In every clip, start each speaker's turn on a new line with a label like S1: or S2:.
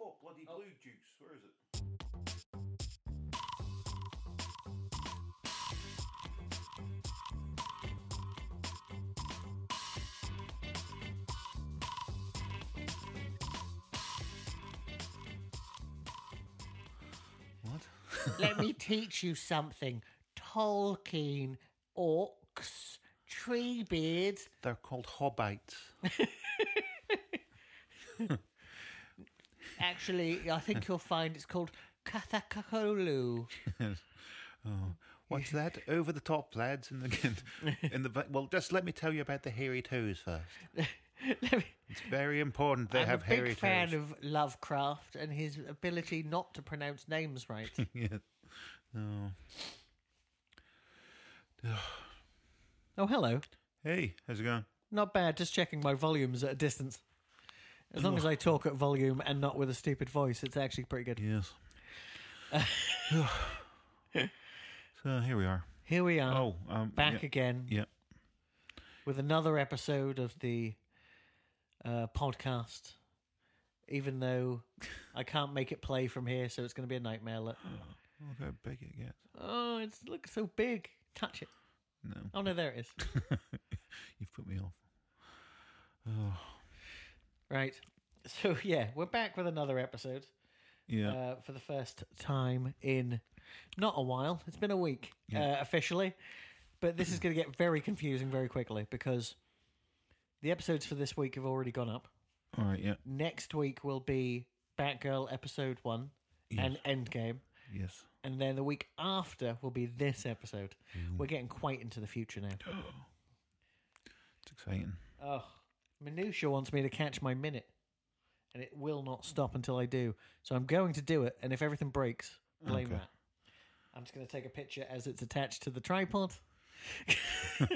S1: Oh.
S2: Where is it?
S3: What?
S1: Let me teach you something. Tolkien, orcs, tree beards.
S3: They're called hobbites.
S1: Actually, I think you'll find it's called Kathakakolu.
S3: What's that? Over the top, lads, in the in the back. Well, just let me tell you about the hairy toes first.
S1: Let me-
S3: It's very important they
S1: I'm
S3: have
S1: a big
S3: hairy
S1: fan
S3: toes.
S1: of Lovecraft and his ability not to pronounce names right.
S3: yeah.
S1: oh, hello.
S3: Hey, how's it going?
S1: Not bad. Just checking my volumes at a distance. As long as I talk at volume and not with a stupid voice, it's actually pretty good.
S3: Yes. so here we are.
S1: Here we are,
S3: Oh, um,
S1: back
S3: yeah,
S1: again
S3: Yeah.
S1: with another episode of the uh, podcast. Even though I can't make it play from here, so it's going to be a nightmare. Look.
S3: Look how big it gets.
S1: Oh, it's look so big. Touch it.
S3: No,
S1: Oh no, there it is.
S3: you've put me off. Oh,
S1: right. So yeah, we're back with another episode.
S3: Yeah.
S1: uh, for the first time in not a while. It's been a week uh, officially, but this is going to get very confusing very quickly because the episodes for this week have already gone up.
S3: All right. Yeah.
S1: Next week will be Batgirl episode one and Endgame,
S3: Yes.
S1: and then the week after will be this episode. We're getting quite into the future now.
S3: It's exciting.
S1: Oh, Minutia wants me to catch my minute. And it will not stop until I do. So I'm going to do it. And if everything breaks, blame
S3: Okay.
S1: that. I'm just going to take a picture as it's attached to the tripod.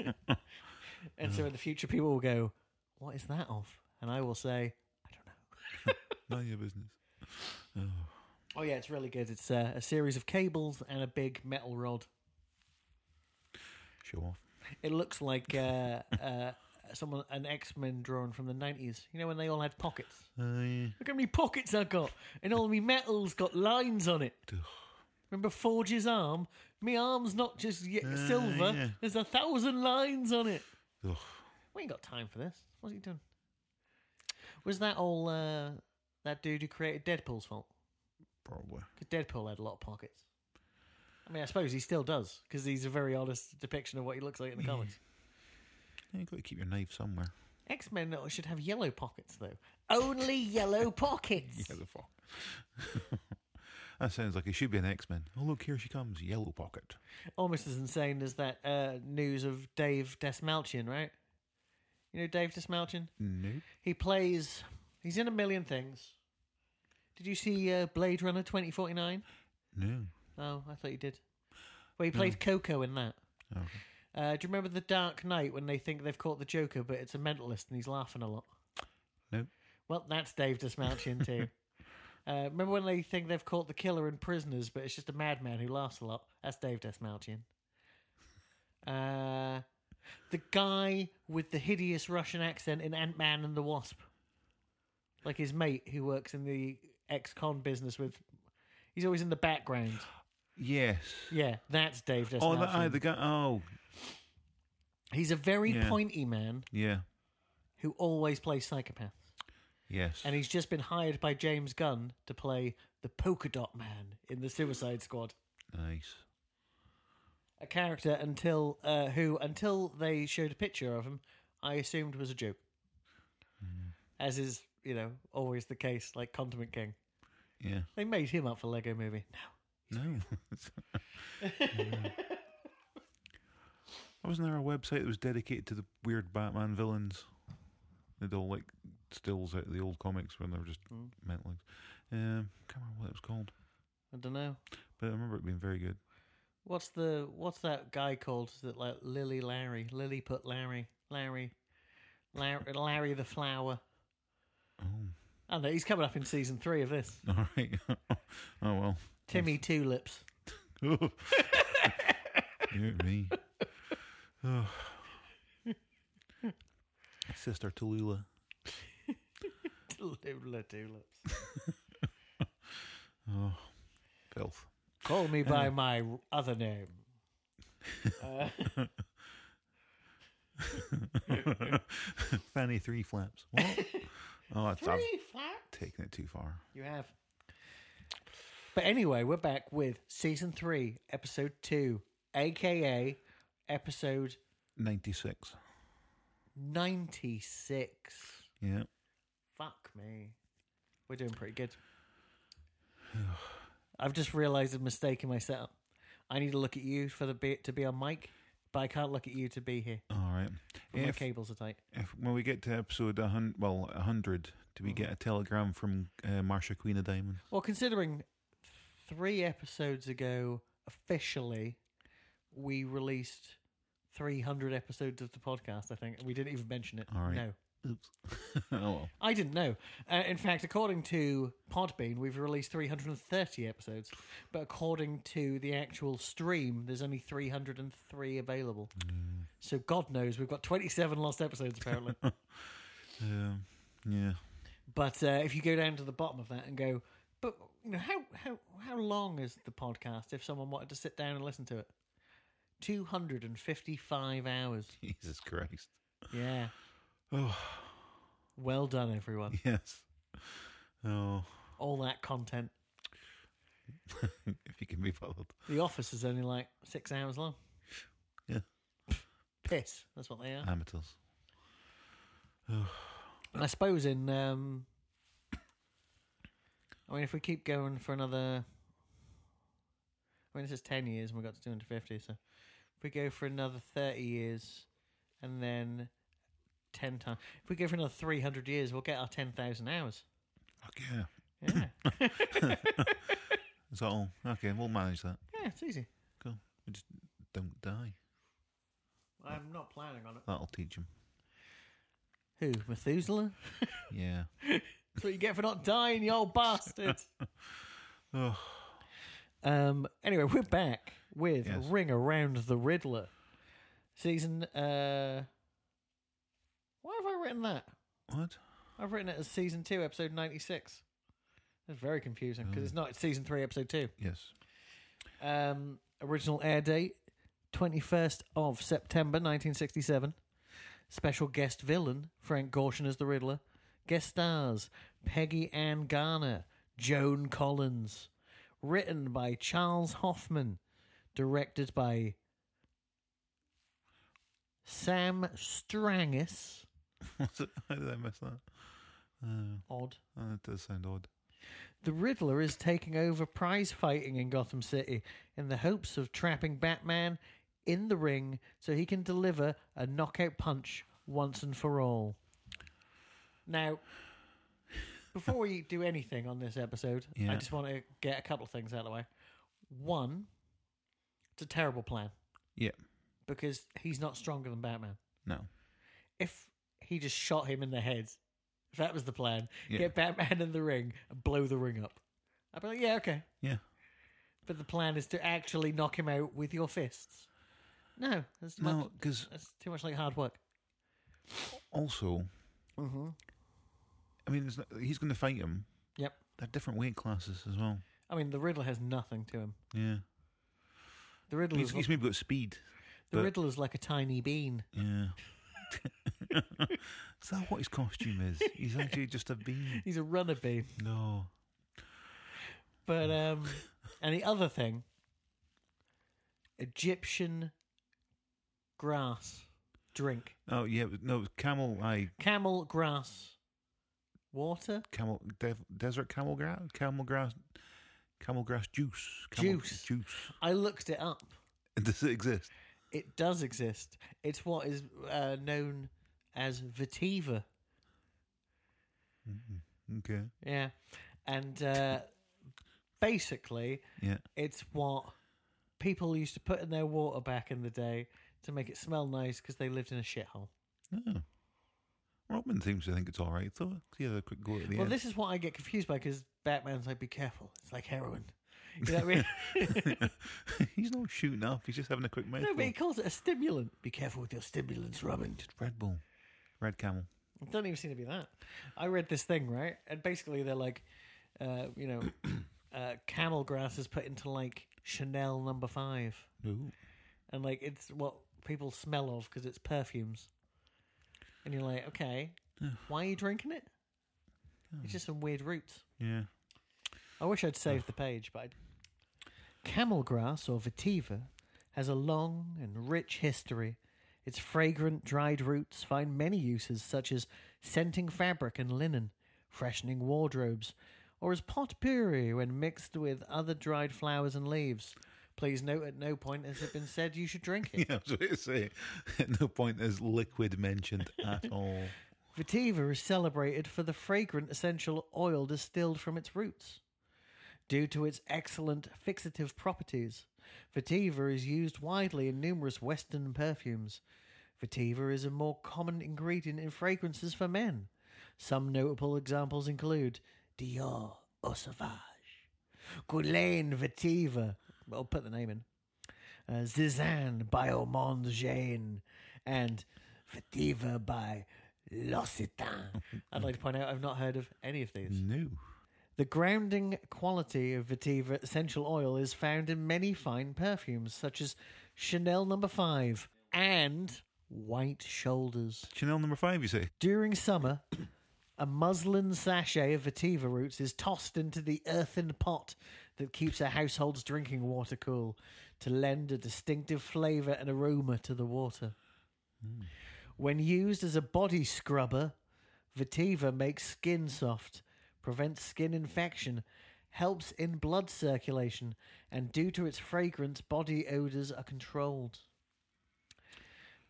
S1: and so in the future, people will go, What is that of? And I will say, I don't know.
S3: None of your business.
S1: Oh, yeah, it's really good. It's uh, a series of cables and a big metal rod.
S3: Show off.
S1: It looks like uh, uh, someone, an X Men drawing from the 90s. You know, when they all had pockets.
S3: I
S1: Look how many pockets I've got, and all me metal's got lines on it. Remember Forge's arm? Me arm's not just y- silver.
S3: yeah.
S1: There's a thousand lines on it.
S3: ugh,
S1: We ain't got time for this. What's he doing? Was that all uh, that dude who created Deadpool's fault?
S3: probably.
S1: Because Deadpool had a lot of pockets. I mean, I suppose he still does, because he's a very honest depiction of what he looks like in the comics.
S3: Yeah, You've got to keep your knife somewhere.
S1: X Men should have yellow pockets, though. Only yellow pockets.
S3: Yellow fuck. that sounds like it should be an X Men. Oh look, here she comes, Yellow Pocket.
S1: almost as insane as that uh, news of Dave Desmalchian, right? You know Dave Desmalchian?
S3: Nope.
S1: He plays. He's in a million things. Did you see uh, Blade Runner twenty forty nine?
S3: No.
S1: Oh, I thought you did. Well, he played Coco in that.
S3: Oh, Okay.
S1: Uh, do you remember the Dark Knight when they think they've caught the Joker, but it's a mentalist and he's laughing a lot?
S3: Nope.
S1: Well, that's Dave Desmalchian too. Uh, remember when they think they've caught the killer and prisoners, but it's just a madman who laughs a lot? That's Dave Desmalchian. Uh, the guy with the hideous Russian accent in Ant Man and the Wasp. Like his mate who works in the ex con business with. He's always in the background.
S3: Yes.
S1: Yeah, that's Dave Desmalchian.
S3: Oh, that I, the guy. Oh,
S1: He's a very
S3: Yeah.
S1: pointy man
S3: yeah.
S1: who always plays psychopaths.
S3: Yes.
S1: and he's just been hired by James Gunn to play the polka dot man in the Suicide Squad.
S3: nice.
S1: A character until uh, who until they showed a picture of him, I assumed was a joke.
S3: Hmm.
S1: As is, you know, always the case, like Condiment King.
S3: Yeah.
S1: They made him up for Lego movie. No.
S3: No. Wasn't there a website that was dedicated to the weird Batman villains? They'd all like stills out of the old comics when they were just meant like. Um, can't remember what it was called,
S1: I don't know.
S3: but I remember it being very good.
S1: What's the what's that guy called that like Lily Larry? Lily put Larry. Larry. Larry, Larry the Flower. Oh. I don't know, he's coming up in season three of this.
S3: All right. oh well.
S1: Timmy Tulips.
S3: Oh. Dear me. Oh. Sister Tallulah.
S1: Lula tulips. Call me by my other name. Uh,
S3: Fanny three flaps. What? oh, it's, I've
S1: three flat.
S3: taken it too far.
S1: You have. But anyway, we're back with season three, episode two, aka episode
S3: Ninety six.
S1: 96.
S3: Yeah.
S1: Fuck me. We're doing pretty good. I've just realised a mistake in my setup. I need to look at you for the bit to be on mic, but I can't look at you to be here.
S3: All right.
S1: but My
S3: If,
S1: cables are tight.
S3: if when we get to episode a hundred, well, a hundred, do we get a telegram from uh, Marsha Queen of Diamonds?
S1: Well, considering three episodes ago, officially, we released 300 episodes of the podcast, I think. We didn't even mention it.
S3: All right.
S1: No.
S3: Oops. oh well.
S1: I didn't know. Uh, in fact, according to Podbean, we've released 330 episodes, but according to the actual stream, there's only 303 available. So God knows we've got 27 lost episodes apparently.
S3: Um, yeah.
S1: but uh, if you go down to the bottom of that and go, but you know how how how long is the podcast? If someone wanted to sit down and listen to it, 255 hours.
S3: Jesus Christ.
S1: Yeah.
S3: Oh
S1: Well done, everyone.
S3: yes. Oh,
S1: All that content.
S3: if you can be bothered.
S1: The Office is only like six hours long.
S3: Yeah. Uh,
S1: Piss. That's what they are.
S3: Amateurs.
S1: And I suppose in. Um, I mean, if we keep going for another. I mean, this is 10 years and we got to 250, so. If we go for another 30 years and then 10 times. If we go for another 300 years, we'll get our 10,000 hours.
S3: Fuck yeah.
S1: Yeah. yeah,
S3: Is that all? Okay, we'll manage that.
S1: it's easy.
S3: Cool. We just don't die.
S1: I'm not planning on it.
S3: That'll teach him.
S1: Who? Methuselah?
S3: Yeah.
S1: That's what you get for not dying, you old bastard.
S3: Oh,
S1: Um. Anyway, we're back with
S3: Yes.
S1: Ring Around the Riddler, season. Uh, why have I written that?
S3: what?
S1: I've written it as season two, episode ninety six. That's very confusing because it's not it's season three, episode two.
S3: Yes.
S1: Um. Original air date twenty first of September nineteen sixty seven. Special guest villain Frank Gorshin as the Riddler. Guest stars Peggy Ann Garner, Joan Collins. Written by Charles Hoffman. Directed by Sam Strangis.
S3: What's it? How did I miss that? Uh,
S1: Odd.
S3: oh, that does sound odd.
S1: The Riddler is taking over prize fighting in Gotham City in the hopes of trapping Batman in the ring so he can deliver a knockout punch once and for all. Now, before we do anything on this episode, I
S3: Yeah.
S1: just want to get a couple of things out of the way. One, it's a terrible plan
S3: Yeah.
S1: because he's not stronger than Batman
S3: No.
S1: if he just shot him in the head, if that was the plan,
S3: Yeah.
S1: get Batman in the ring and blow the ring up. I'd be like, yeah, okay.
S3: Yeah.
S1: But the plan is to actually knock him out with your fists. No, that's, Much,
S3: No, because
S1: that's too much like hard work.
S3: also,
S1: Mm-hmm.
S3: I mean, it's not, he's going to fight him.
S1: Yep.
S3: They're different weight classes as well.
S1: I mean, the Riddler has nothing to him.
S3: Yeah.
S1: The Riddler,
S3: He's,
S1: is,
S3: he's maybe got speed.
S1: the
S3: but-
S1: Riddler is like a tiny bean.
S3: Yeah. is that what his costume is? He's actually just a bean.
S1: He's a runner bean.
S3: No.
S1: But um, and the other thing, Egyptian grass drink,
S3: Oh yeah, it was- no, it was camel. I
S1: camel grass water.
S3: camel dev, desert camel grass, camel grass, camel grass juice. Camel
S1: Juice.
S3: Juice.
S1: I looked it up.
S3: Does it exist?
S1: It does exist. It's what is uh, known as vetiver.
S3: Okay.
S1: Yeah. And uh, basically,
S3: Yeah.
S1: it's what people used to put in their water back in the day to make it smell nice because they lived in a shithole.
S3: Oh. Robin seems to think it's all right, though. He has a quick go at the
S1: Well,
S3: end.
S1: this is what I get confused by because Batman's like, be careful. It's like heroin. You know what I mean?
S3: he's not shooting up. He's just having a quick
S1: no,
S3: mouthful.
S1: but he calls it a stimulant. Be careful with your stimulants, Robin.
S3: Red Bull, Red Camel.
S1: It doesn't even seem to be that. I read this thing right, and basically they're like, uh, you know, uh, camel grass is put into like Chanel number five,
S3: Ooh.
S1: and like it's what people smell of because it's perfumes. And you're like, okay, why are you drinking it? It's just some weird roots.
S3: Yeah.
S1: I wish I'd saved the page, but I'd... camel grass or vetiver has a long and rich history. Its fragrant, dried roots find many uses, such as scenting fabric and linen, freshening wardrobes, or as potpourri when mixed with other dried flowers and leaves. Please note, at no point has it been said you should drink it.
S3: Yeah, I was going to say, at no point is liquid mentioned at all.
S1: Vetiver is celebrated for the fragrant essential oil distilled from its roots. Due to its excellent fixative properties, vetiver is used widely in numerous Western perfumes. Vetiver is a more common ingredient in fragrances for men. Some notable examples include Dior Eau Sauvage, Guerlain Vetiver, I'll put the name in, uh, Zizane by Aumont Jane, and Vetiver by L'Occitane. I'd like to point out I've not heard of any of these.
S3: No.
S1: The grounding quality of vetiver essential oil is found in many fine perfumes, such as Chanel Number Five and White Shoulders.
S3: Chanel number five, you say?
S1: During summer, a muslin sachet of vetiver roots is tossed into the earthen pot that keeps a household's drinking water cool to lend a distinctive flavour and aroma to the water. When used as a body scrubber, vetiver makes skin soft, prevents skin infection, helps in blood circulation, and due to its fragrance, body odours are controlled.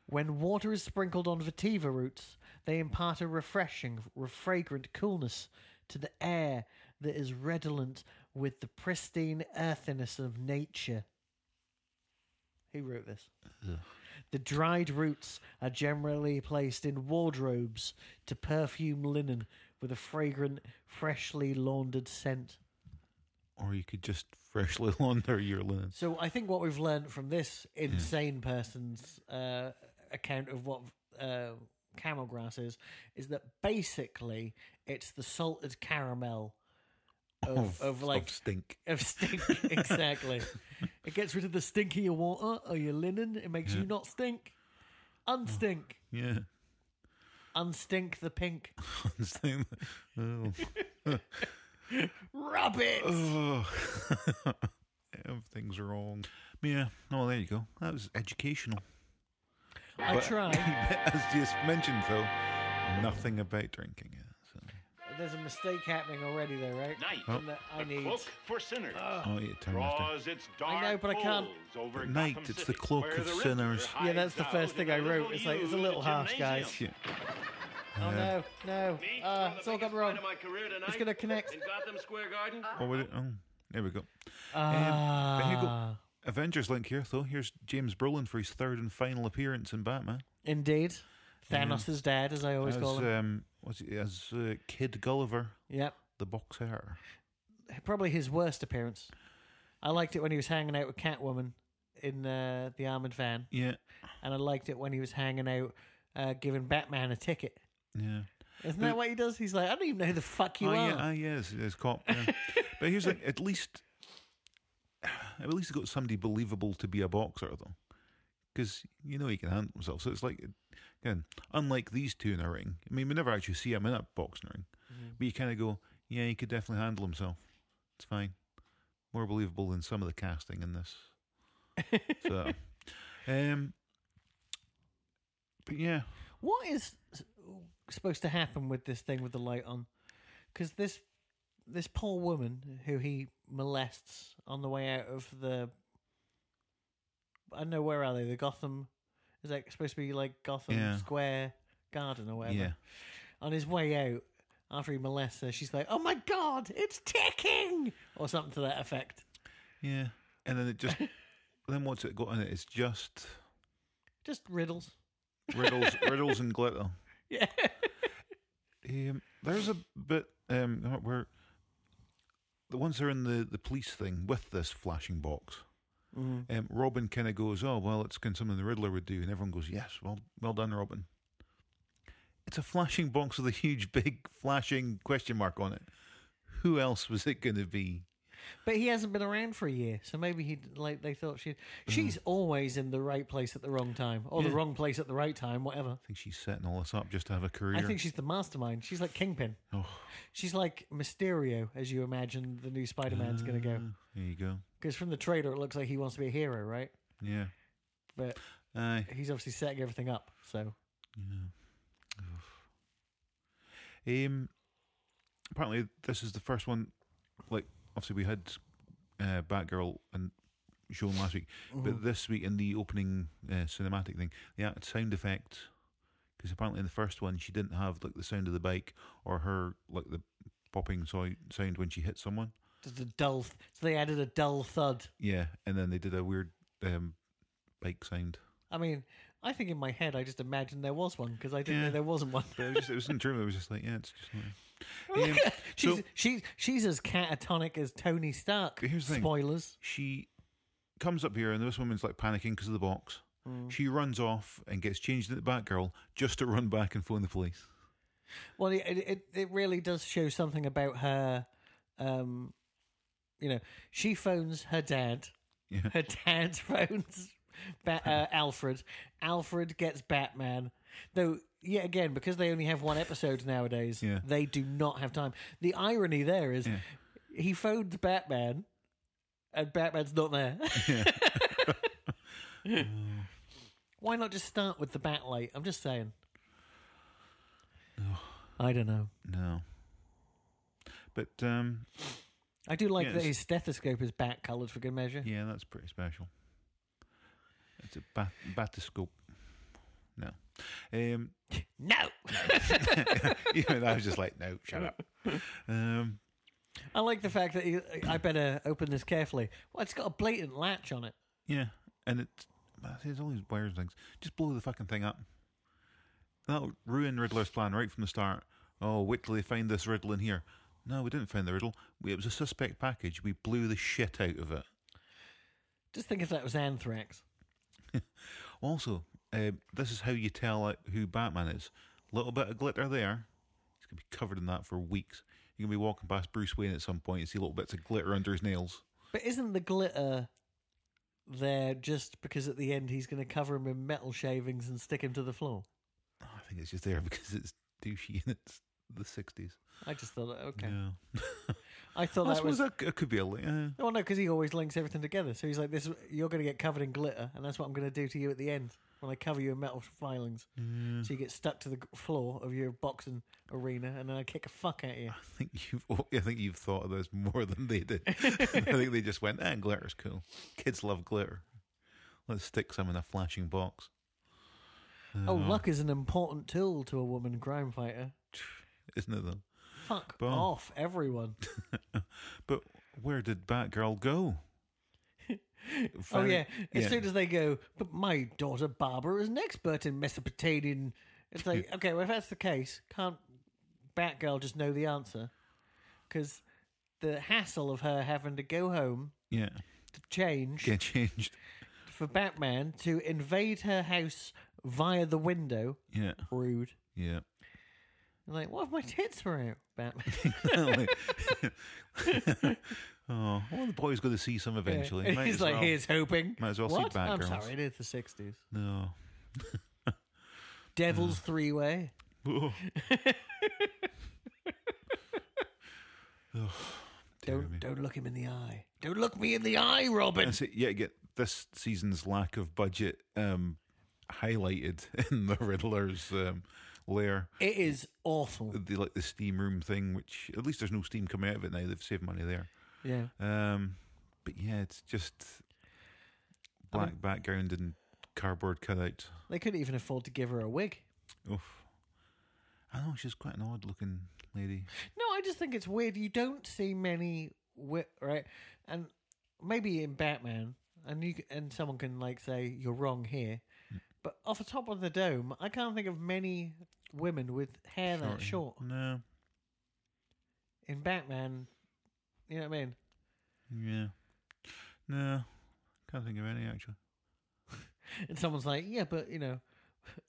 S1: When water is sprinkled on vetiver roots, they impart a refreshing, r- fragrant coolness to the air that is redolent with the pristine earthiness of nature. Who wrote this? The dried roots are generally placed in wardrobes to perfume linen with a fragrant, freshly laundered scent.
S3: Or you could just freshly launder your linen.
S1: So I think what we've learned from this insane person's uh, account of what uh, camel grass is is that basically it's the salted caramel of, of, like
S3: stink.
S1: of stink. exactly, it gets rid of the stink of your water or your linen. It makes you not stink, unstink,
S3: Yeah.
S1: unstink the pink.
S3: Stink. oh.
S1: Rub it.
S3: oh. Everything's wrong. Yeah. Oh, there you go. That was educational.
S1: I
S3: But-
S1: try.
S3: As just mentioned, though, nothing about drinking it. So.
S1: There's a mistake happening already, though, right?
S2: Night.
S3: Oh.
S1: And that I
S2: A
S1: need.
S2: cloak for sinners
S3: Oh, yeah, turn this down.
S2: draws its dark
S1: know, but I can't-
S2: folds over
S3: At night,
S2: Gotham
S3: it's the
S2: City,
S3: cloak
S2: where
S3: of
S2: the Riddler
S3: sinners.
S2: hides
S1: that's the
S2: out
S1: first
S2: in
S1: thing
S2: a
S1: I wrote.
S2: little
S1: It's like, it's a little
S2: used
S1: harsh,
S2: gymnasium.
S1: guys.
S3: Yeah.
S1: Oh no, no!
S2: Me,
S1: Uh,
S2: one of
S1: it's
S2: the
S1: all gone
S2: biggest
S1: wrong.
S2: fight of my career tonight
S1: It's gonna Uh, connect.
S2: in Gotham Square Garden.
S3: What would it? Oh, there we go.
S1: Ah.
S3: there you go. Avengers link here, though. Here's James Brolin for his third and final appearance in Batman.
S1: Indeed. Thanos' is dad, as I always
S3: as
S1: call him.
S3: um, what's he, as uh, Kid Gulliver,
S1: yep.
S3: the boxer.
S1: Probably his worst appearance. I liked it when he was hanging out with Catwoman in uh, the armored van,
S3: Yeah,
S1: and I liked it when he was hanging out uh, giving Batman a ticket.
S3: yeah.
S1: Isn't that what he does? He's like, I don't even know who the fuck you
S3: oh,
S1: are.
S3: yeah, ah, yeah, it's, it's cop. Yeah. but here's like, at least, at least he got somebody believable to be a boxer though, because you know he can handle himself. So it's like, again, unlike these two in a ring. I mean, we never actually see him in a boxing ring, but you kind of go, yeah, he could definitely handle himself. It's fine. More believable than some of the casting in this. so, um, but yeah,
S1: What is s- supposed to happen with this thing with the light on? Because this this poor woman who he molests on the way out of the I don't know where are they the Gotham is that supposed to be like Gotham
S3: Yeah.
S1: Square Garden or whatever?
S3: yeah.
S1: On his way out after he molests her, she's like, "Oh my god, it's ticking!" or something to that effect.
S3: Yeah, and then it just then what's it got in it? It's just
S1: Just riddles.
S3: riddles, riddles and glitter.
S1: Yeah.
S3: Um, there's a bit um, where the ones that are in the the police thing with this flashing box.
S1: Mm-hmm.
S3: Um, Robin kind of goes, "Oh well, it's kind of something the Riddler would do," and everyone goes, "Yes, well, well done, Robin." It's a flashing box with a huge, big flashing question mark on it. Who else was it going to be?
S1: But he hasn't been around for a year, so maybe he like they thought she. She's always in the right place at the wrong time, or the
S3: Mm. Yeah.
S1: wrong place at the right time, whatever.
S3: I think she's setting all this up just to have a career.
S1: I think she's the mastermind. She's like Kingpin.
S3: oh,
S1: She's like Mysterio, as you imagine the new Spider-Man's going to go.
S3: there you go.
S1: Because from the trailer, it looks like he wants to be a hero, right?
S3: Yeah.
S1: But
S3: Aye.
S1: he's obviously setting everything up. So
S3: Um, apparently, this is the first one. Like, obviously, we had uh, Batgirl and shown last week, but this week in the opening uh, cinematic thing, they added sound effect because apparently in the first one she didn't have like the sound of the bike or her like the popping so- sound when she hit someone.
S1: just a dull. th- So they added a dull thud.
S3: Yeah, and then they did a weird um, bike sound.
S1: I mean, I think in my head, I just imagined there was one because I didn't know
S3: Yeah.
S1: there wasn't one.
S3: But it was just, it wasn't true. It was just like yeah, it's just. Like, Um,
S1: She's
S3: so-
S1: she's she's as catatonic as Tony Stark.
S3: But here's the thing.
S1: Spoilers.
S3: she comes up here and this woman's like panicking because of the box. She runs off and gets changed into Batgirl just to run back and phone the police.
S1: Well, it, it it- it really does show something about her. Um, you know, she phones her dad.
S3: Yeah.
S1: Her dad phones ba- uh, Alfred. Alfred gets Batman. Though, yet again, because they only have one episode nowadays,
S3: Yeah.
S1: they do not have time. The irony there is
S3: Yeah.
S1: he phones Batman, and Batman's not there. Why not just start with the Batlight? I'm just saying. I don't know.
S3: No. But um,
S1: I do like
S3: Yeah,
S1: that
S3: it's-
S1: his stethoscope is bat coloured for good measure.
S3: yeah, that's pretty special. It's a bat- batoscope. No. Um,
S1: No!
S3: even I was just like, no, shut up. Um,
S1: I like the fact that he, I better open this carefully. Well, it's got a blatant latch on it.
S3: yeah, and it's there's all these wires and things. Just blow the fucking thing up. That'll ruin Riddler's plan right from the start. Oh, wait till they find this riddle in here. No, we didn't find the riddle. We, it was a suspect package. We blew the shit out of it.
S1: Just think if that was anthrax.
S3: Also, uh, this is how you tell like, who Batman is. Little bit of glitter there. He's gonna be covered in that for weeks. You're gonna be walking past Bruce Wayne at some point and see little bits of glitter under his nails.
S1: But isn't the glitter there just because at the end he's going to cover him in metal shavings and stick him to the floor?
S3: Oh, I think it's just there because it's douchey and it's the '60s.
S1: I just thought, okay.
S3: Yeah.
S1: I thought
S3: I
S1: that
S3: suppose
S1: was.
S3: that, c- it could be a. li- Uh,
S1: Oh no, because he always links everything together. So he's like, "This, you're going to get covered in glitter, and that's what I'm going to do to you at the end when I cover you in metal filings, so you get stuck to the g- floor of your boxing arena, and then I kick a fuck at you."
S3: I think you've. oh, I think you've thought of this more than they did. I think they just went, "Ah, glitter's cool. Kids love glitter. Let's stick some in a flashing box." Uh,
S1: Oh,
S3: Uh-huh.
S1: luck is an important tool to a woman crime fighter.
S3: Isn't it though?
S1: Fuck
S3: Boom.
S1: off, everyone.
S3: But where did Batgirl go?
S1: Oh
S3: Very-
S1: yeah. As
S3: yeah.
S1: soon as they go, but my daughter Barbara is an expert in Mesopotamian. It's like, okay, well, if that's the case, can't Batgirl just know the answer? Because the hassle of her having to go home
S3: yeah,
S1: to change
S3: get changed.
S1: for Batman to invade her house via the window,
S3: Yeah,
S1: rude.
S3: yeah.
S1: And like, what if my tits were out, Batman?
S3: oh, well, the boy's going to see some eventually.
S1: and
S3: Might
S1: he's
S3: as
S1: like,
S3: well.
S1: here's hoping.
S3: Might as well see
S1: what? I'm
S3: Batgirls.
S1: sorry, it is the '60s.
S3: No. Mm.
S1: Devil's Three Way.
S3: Oh. Dear me.
S1: Don't don't look him in the eye. Don't look me in the eye, Robin.
S3: That's it. Yeah, get this season's lack of budget um, highlighted in the Riddler's um, lair.
S1: It is awful.
S3: The, like the steam room thing, which at least there's no steam coming out of it now. They've saved money there.
S1: Yeah.
S3: Um, but yeah, it's just black background and cardboard cutout.
S1: They couldn't even afford to give her a wig.
S3: Oof. I know she's quite an odd looking lady.
S1: No, I just think it's weird. You don't see many wi- right, and maybe in Batman, and you c- and someone can like say you're wrong here,
S3: Mm.
S1: but off the top of the dome, I can't think of many women with hair that short
S3: No.
S1: in Batman. You know what I mean?
S3: Yeah. No. Can't think of any actually.
S1: And someone's like, yeah, but you know,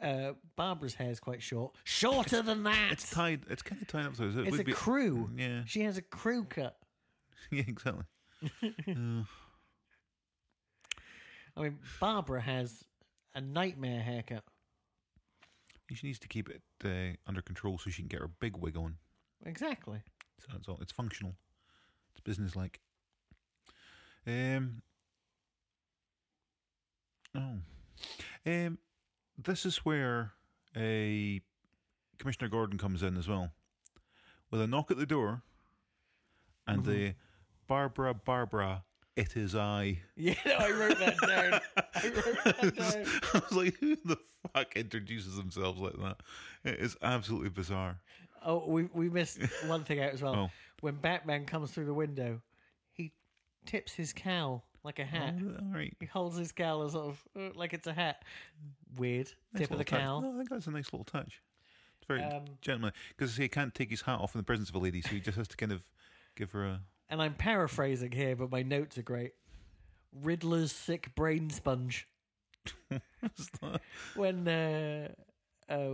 S1: uh, Barbara's hair is quite short, shorter than that.
S3: It's tied. It's kind of tied up. So it
S1: It's
S3: would
S1: a
S3: be
S1: crew.
S3: Yeah.
S1: She has a crew cut.
S3: Yeah. Exactly. Uh,
S1: I mean, Barbara has a nightmare haircut.
S3: she needs to keep it uh, under control so she can get her big wig on.
S1: Exactly.
S3: So that's all. It's functional. It's business like. Um. Oh. Um. This is where a Commissioner Gordon comes in as well, with a knock at the door, and the Barbara, Barbara, it is I.
S1: Yeah, I wrote that down. I wrote that
S3: I
S1: down.
S3: was like, who the fuck introduces themselves like that? It is absolutely bizarre.
S1: Oh, we we missed one thing out as well.
S3: Oh.
S1: When Batman comes through the window, he tips his cowl like a hat.
S3: All right.
S1: He holds his cowl as sort of uh, like it's a hat. Weird
S3: Nice
S1: tip of the
S3: little touch.
S1: cowl.
S3: No, I think that's a nice little touch. It's very
S1: Um,
S3: gentlemanly because he can't take his hat off in the presence of a lady, so he just has to kind of give her a.
S1: And I'm paraphrasing here, but my notes are great. Riddler's sick brain sponge.
S3: What's that?
S1: When uh, uh,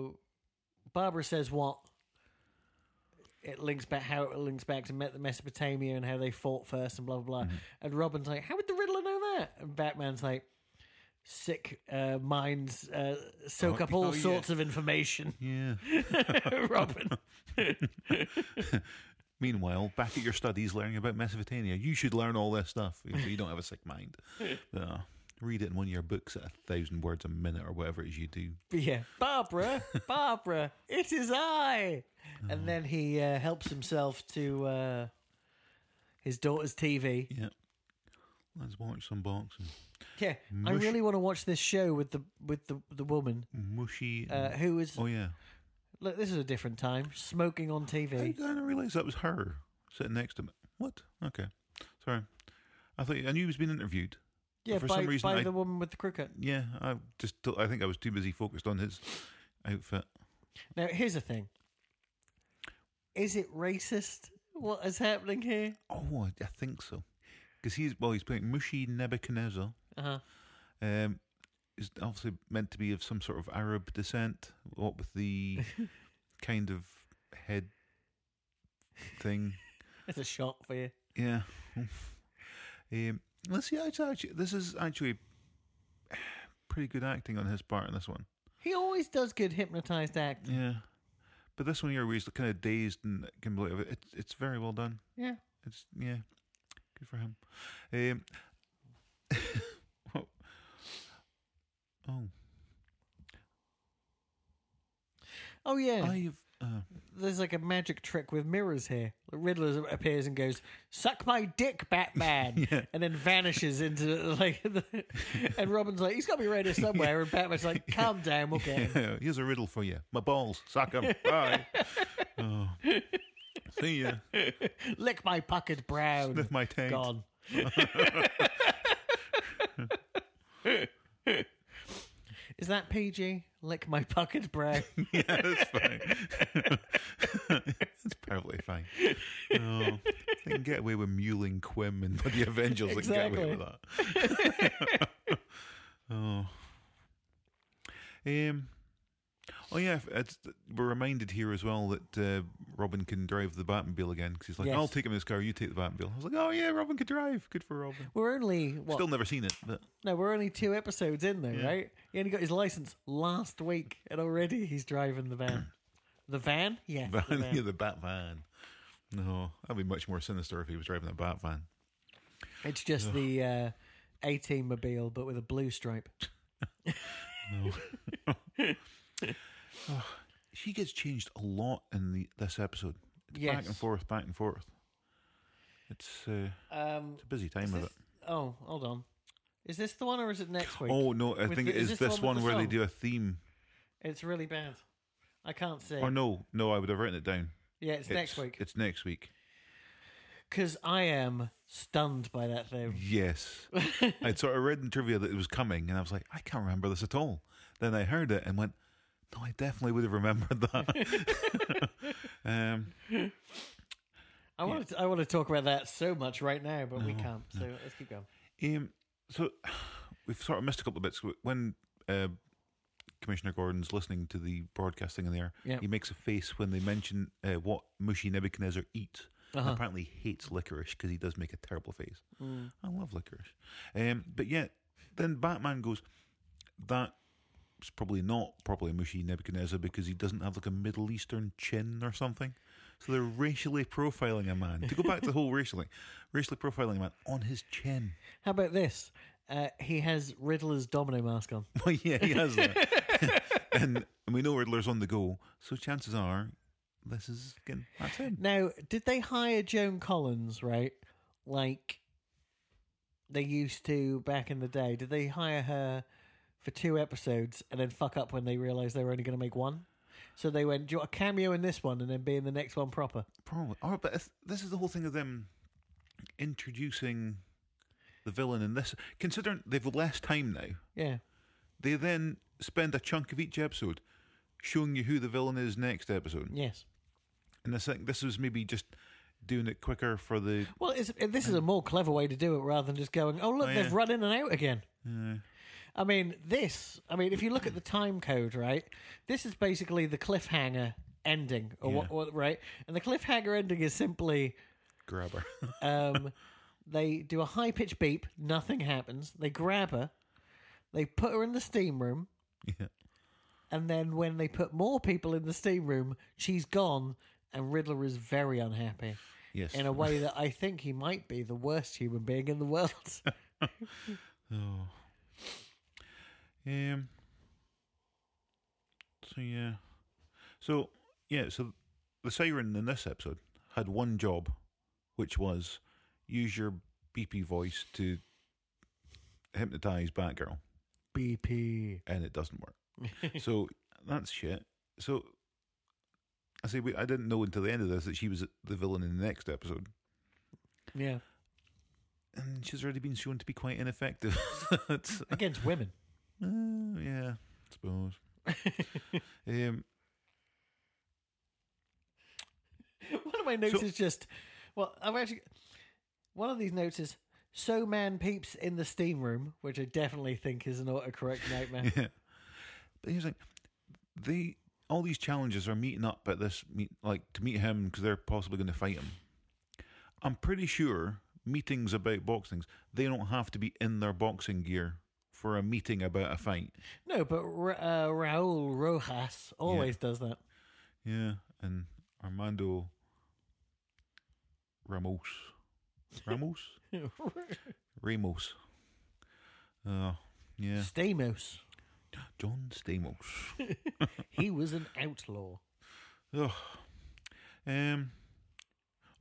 S1: Barbara says what, it links back how it links back to Met- Mesopotamia and how they fought first and blah blah blah. And Robin's like, "How would the Riddler know that?" And Batman's like, "Sick uh, minds uh, soak
S3: Oh,
S1: up all
S3: oh, yeah.
S1: sorts of information."
S3: Yeah.
S1: Robin,
S3: Meanwhile, back at your studies, learning about Mesopotamia, you should learn all this stuff. even though You don't have a sick mind. But, uh, read it in one of your books at a thousand words a minute or whatever it is you do.
S1: But yeah, Barbara, Barbara, it is I. And then he uh, helps himself to uh, his daughter's TV.
S3: Yeah. Let's watch some boxing.
S1: Yeah, I
S3: Mush-
S1: really want to watch this show with the with the the woman
S3: Mushy.
S1: uh,
S3: and-
S1: who is
S3: oh, yeah.
S1: look. This is a different time. Smoking on
S3: I
S1: TV.
S3: didn't realise that was her sitting next to me. What? Okay. Sorry. I thought I knew he was being interviewed.
S1: Yeah,
S3: for
S1: by,
S3: some reason
S1: by
S3: I-
S1: the woman with the cricket.
S3: Yeah, I just don't- I think I was too busy focused on his outfit.
S1: Now here's the thing. Is it racist? What is happening here?
S3: Oh, I, I think so. Because he's well, he's playing Mushi Nebuchadnezzar.
S1: Uh huh.
S3: Um, is obviously meant to be of some sort of Arab descent. What with the kind of head thing.
S1: It's a shock for you.
S3: Yeah. um, let's see. Actually, actually, this is actually pretty good acting on his part in this one.
S1: He always does good hypnotized act.
S3: Yeah. But this one here, where he's kind of dazed and can believe it. It's it's very well done.
S1: Yeah.
S3: It's yeah, good for him. Um, oh,
S1: Oh yeah.
S3: I've uh,
S1: there's like a magic trick with mirrors here. The Riddler appears and goes, "Suck my dick, Batman,"
S3: Yeah.
S1: and then vanishes into like. The, and Robin's like, "He's got to be around here somewhere," and Batman's like, "Calm down, we'll get him."
S3: yeah, here's a riddle for you. My balls, suck 'em. Bye. oh. See ya.
S1: Lick my puckered brown.
S3: Sniff my taint.
S1: Gone. Is that PG? Lick my puckered brown.
S3: Yeah, that's fine. that's perfectly fine. Oh, they can get away with mewling Quim and the Avengers. They can get away with that. oh. Um. Oh yeah, it's, we're reminded here as well that uh, Robin can drive the Batmobile again because he's like,
S1: Yes.
S3: "I'll take him in his car, you take the Batmobile." I was like, "Oh yeah, Robin could drive. Good for Robin."
S1: We're only what?
S3: Still never seen it, but
S1: No, we're only two episodes in though,
S3: Yeah.
S1: right? He only got his license last week, and already he's driving the van. the van? Yeah. the
S3: van,
S1: van.
S3: yeah, the Bat van. No, that'd be much more sinister if he was driving a Bat van.
S1: It's just the uh, 18 mobile, but with a blue stripe.
S3: she gets changed a lot in the this episode. It's back and
S1: Yes.
S3: forth, back and forth. It's, uh,
S1: Um,
S3: it's a busy time
S1: is
S3: of
S1: this-
S3: it.
S1: oh, hold on. Is this the one or is it next week?
S3: Oh no, I
S1: with
S3: think
S1: the-
S3: it is this one,
S1: with the
S3: where they
S1: song?
S3: do a theme.
S1: It's really bad. I can't see.
S3: Or Oh, no, no, I would have written it down.
S1: yeah, it's, next week.
S3: It's next week.
S1: Because I am stunned by that
S3: Mm.
S1: thing.
S3: Yes, I'd sort of read in trivia that it was coming, and I was like, I can't remember this at all. Then I heard it and went, No, I definitely would have remembered that. um,
S1: I want to. I want to talk about that so much right now, but we can't. So let's keep going.
S3: Um, so we've sort of missed a couple of bits. When uh, Commissioner Gordon's listening to the broadcasting in there,
S1: Yeah.
S3: he makes a face when they mention uh, what Mushy Nebuchadnezzar eats. And apparently he hates licorice because he does make a terrible face. I love licorice. Um, but yet, then Batman goes, that's probably not properly Mushi Nebuchadnezzar because he doesn't have like a Middle Eastern chin or something. So they're racially profiling a man. To go back to the whole racially, racially profiling a man on his chin.
S1: How about this? Uh, he has Riddler's domino mask on.
S3: Well, yeah, he has that. and, and we know Riddler's on the go, so chances are this is again that's him.
S1: Now, did they hire Joan Collins, right? Like they used to back in the day. Did they hire her for two episodes and then fuck up when they realised they were only going to make one? So they went, do you want a cameo in this one and then be in the next one proper?
S3: Probably. Oh, but it's- this is the whole thing of them introducing the villain in this. Considering they've less time now,
S1: Yeah.
S3: they then spend a chunk of each episode showing you who the villain is next episode.
S1: Yes.
S3: And I think this was maybe just doing it quicker for the.
S1: Well, it's, this is a more clever way to do it rather than just going, oh, look,
S3: Oh,
S1: they've
S3: yeah.
S1: run in and out again. I mean, this, I mean, if you look at the time code, right, this is basically the cliffhanger ending, or what,
S3: Yeah.
S1: what, right? And the cliffhanger ending is simply
S3: Grabber.
S1: um, they do a high pitched beep, nothing happens. They grab her, they put her in the steam room,
S3: yeah.
S1: and then when they put more people in the steam room, she's gone, and Riddler is very unhappy
S3: Yes.
S1: in a way that I think he might be the worst human being in the world.
S3: Oh. Um. So yeah. So yeah. So the siren in this episode had one job, which was use your beepy voice to hypnotize Batgirl,
S1: BP.
S3: and it doesn't work. so that's shit. So I say we, I didn't know until the end of this that she was the villain in the next episode,
S1: Yeah.
S3: and she's already been shown to be quite ineffective. That's-
S1: Against women.
S3: Uh, yeah, I suppose. um,
S1: One of my notes is just, well, I've actually, one of these notes is, so man peeps in the steam room, which I definitely think is an autocorrect nightmare.
S3: yeah. But here's like they all these challenges are meeting up at this meet like to meet him because they're possibly going to fight him. I'm pretty sure meetings about boxings they don't have to be in their boxing gear for a meeting about a fight.
S1: no, but Ra- uh, Raul Rojas always does that.
S3: Yeah, and Armando Ramos, Ramos, Ramos. Oh, yeah,
S1: Stamos,
S3: John Stamos.
S1: he was an outlaw.
S3: Ugh. Um.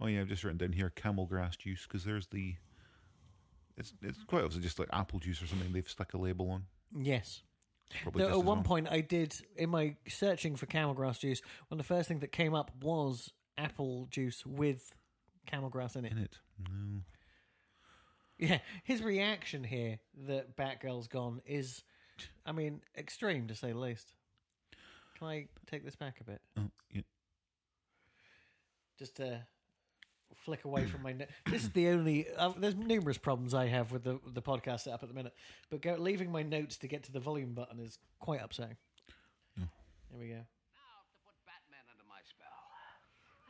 S3: Oh yeah, I've just written down here camel grass juice because there's the. It's it's quite obviously just like apple juice or something they've stuck a label on.
S1: Yes.
S3: Probably
S1: Though
S3: just
S1: at
S3: as
S1: one
S3: well.
S1: point, I did in my searching for camel grass juice. One of the first things that came up was apple juice with camel grass in it.
S3: in it. No.
S1: Yeah, his reaction here that Batgirl's gone is, I mean, extreme to say the least. Can I take this back a bit?
S3: Oh, yeah.
S1: Just uh, flick away from my. No- this is the only. Uh, there's numerous problems I have with the the podcast setup at the minute, but go, leaving my notes to get to the volume button is quite upsetting. There we go.
S4: Now to put Batman under my spell.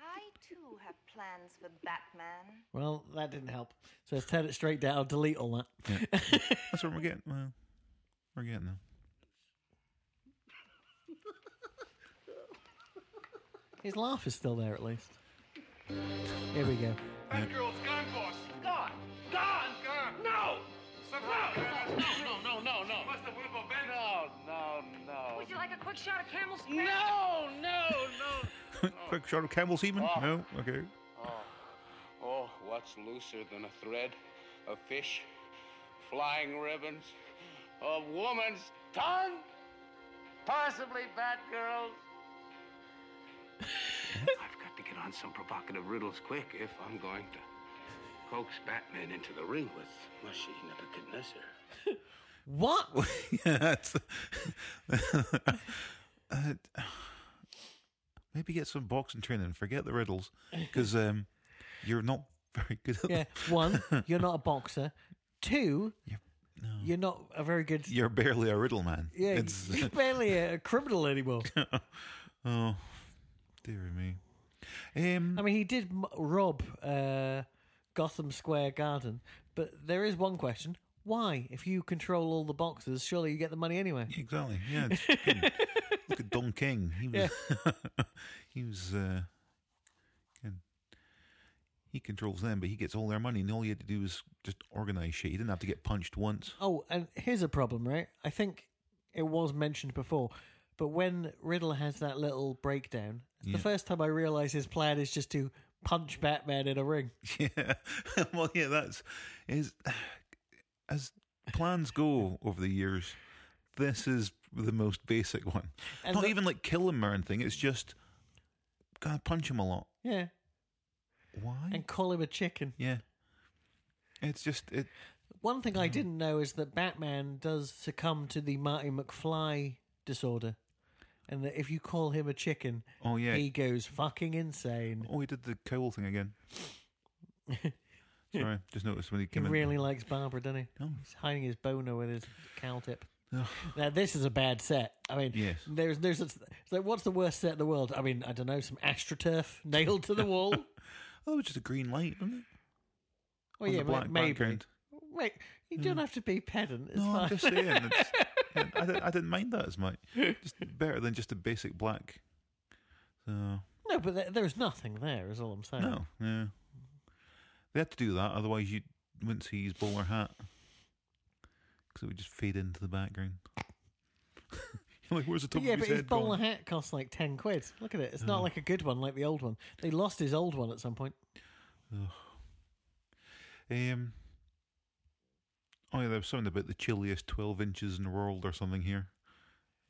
S5: I too have plans for Batman.
S1: Well, that didn't help. So let's turn it straight down. Delete all that.
S3: That's what we're getting. Well, we're getting there.
S1: His laugh is still there, at least. Here we go.
S2: Batgirl's gone, boss. Gone. Gone. Gone. No. No. No. No. No. No. Must have whippled Ben. No. No. No.
S6: Would you like a quick shot of camel's back?
S2: No. No. No.
S3: Quick shot of camel semen. No. Okay.
S4: Oh, what's looser than a thread? A fish? Flying ribbons? A woman's tongue? Possibly Batgirl's? I've got to get on some provocative riddles quick if I'm going to coax Batman into the ring with Mushy Nebuchadnezzar.
S1: What?
S3: yeah, that's. Uh, maybe get some boxing training. Forget the riddles because um, you're not very good at
S1: Yeah.
S3: them.
S1: One, you're not a boxer. Two,
S3: No.
S1: you're not a very good.
S3: You're barely a riddle man.
S1: Yeah,
S3: It's-
S1: you're barely a, criminal anymore.
S3: oh, dear me. Um,
S1: I mean, he did m- rob uh, Gotham Square Garden, but there is one question: Why, if you control all the boxes, surely you get the money anyway?
S3: exactly. Yeah. Just fucking- look at Don King. He was. he was. Uh, can- he controls them, but he gets all their money, and all he had to do was just organize shit. He didn't have to get punched once.
S1: Oh, and here's a problem, right? I think it was mentioned before, but when Riddle has that little breakdown, it's
S3: Yeah.
S1: the first time I realise his plan is just to punch Batman in a ring.
S3: Yeah. well, yeah, that's is as plans go over the years. This is the most basic one.
S1: And
S3: Not
S1: the-
S3: even like kill him or anything. It's just gonna punch him a lot.
S1: Yeah,
S3: Why?
S1: and call him a chicken.
S3: yeah. It's just it.
S1: One thing I didn't know is that Batman does succumb to the Marty McFly disorder, and that if you call him a chicken,
S3: Oh yeah.
S1: he goes fucking insane.
S3: Oh, he did the cowl thing again. Sorry, just noticed when he
S1: He
S3: came in.
S1: really likes Barbara, doesn't he?
S3: Oh.
S1: He's hiding his boner with his cow tip.
S3: Ugh.
S1: Now this is a bad set. I mean,
S3: Yes.
S1: there's there's it's like what's the worst set in the world? I mean, I don't know, some astroturf nailed to the wall.
S3: Oh, it was just a green light, wasn't it?
S1: Well,
S3: On
S1: yeah,
S3: the
S1: ma-
S3: black
S1: maybe.
S3: background. Hmm.
S1: Wait, you don't have to be pedant. It's
S3: no,
S1: fine.
S3: I'm just saying. It's, yeah, I, didn't, I didn't mind that as much. Just better than just a basic black. So
S1: No, but there, there's nothing there. Is all I'm saying.
S3: no, yeah. They had to do that, otherwise you wouldn't see his bowler hat because it would just fade into the background. You're like, where's the top
S1: But yeah,
S3: of his
S1: but his
S3: head gone? Hmm.
S1: bowler hat costs like ten quid. Look at it. It's not like a good one like the old one. They lost his old one at some point.
S3: Um. Oh yeah, there was something about the chilliest twelve inches in the world or something here.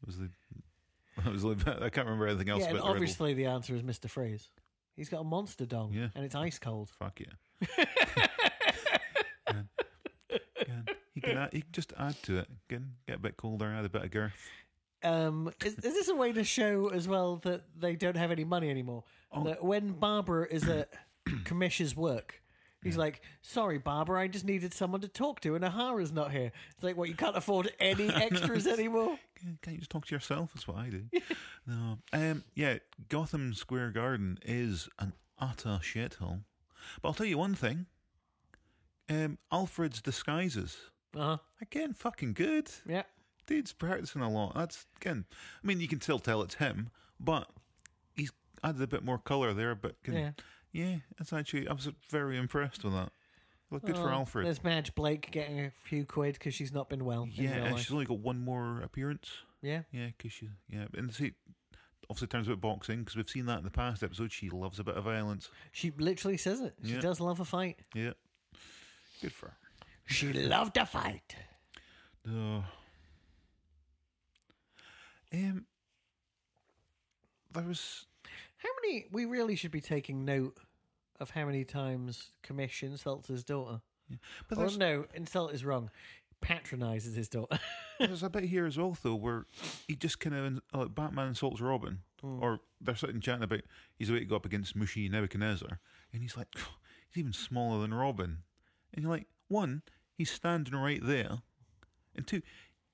S3: Was the that was like, I can't remember anything else
S1: yeah, and
S3: about the riddle.
S1: obviously the answer is Mr. Freeze. He's got a monster dong,
S3: Yeah.
S1: and it's ice cold.
S3: Fuck yeah. Good. Good. He can add, he can just add to it. Again, get a bit colder, add a bit of girth.
S1: Um, is, is this a way to show as well that they don't have any money anymore?
S3: Oh.
S1: That when Barbara is at Commissioner's work, he's like, "Sorry, Barbara, I just needed someone to talk to, and Ahara's not here." It's like, "What? You can't afford any extras anymore?"
S3: Can- Can't you just talk to yourself? That's what I do. no. Um. Yeah. Gotham Square Garden is an utter shithole. But I'll tell you one thing. Um. Alfred's disguises.
S1: Uh huh.
S3: Again, fucking good.
S1: Yeah.
S3: Dude's practicing a lot. That's again. I mean, you can still tell it's him, but he's added a bit more color there. But can, yeah,
S1: Yeah.
S3: that's actually. I was very impressed with that. Well, good for
S1: Well,
S3: Alfred.
S1: There's Madge Blake getting a few quid because she's not been well.
S3: Yeah,
S1: in real
S3: and
S1: life.
S3: she's only got one more appearance.
S1: yeah.
S3: Yeah, because she. Yeah, and see, obviously turns about boxing because we've seen that in the past episode. She loves a bit of violence.
S1: She literally says it. She
S3: Yeah.
S1: does love a fight.
S3: Yeah, good for her.
S1: She loved a fight.
S3: No. Um, there was
S1: How many? We really should be taking note of how many times Commish insults his daughter.
S3: but
S1: Or
S3: there's
S1: Oh, no, insult is wrong. Patronizes his daughter.
S3: There's a bit here as well, though, where he just kind of like Batman insults Robin, or they're sitting chatting about he's about to go up against Mushy Nebuchadnezzar, and he's like, he's even smaller than Robin, and you're like, one, he's standing right there, and two,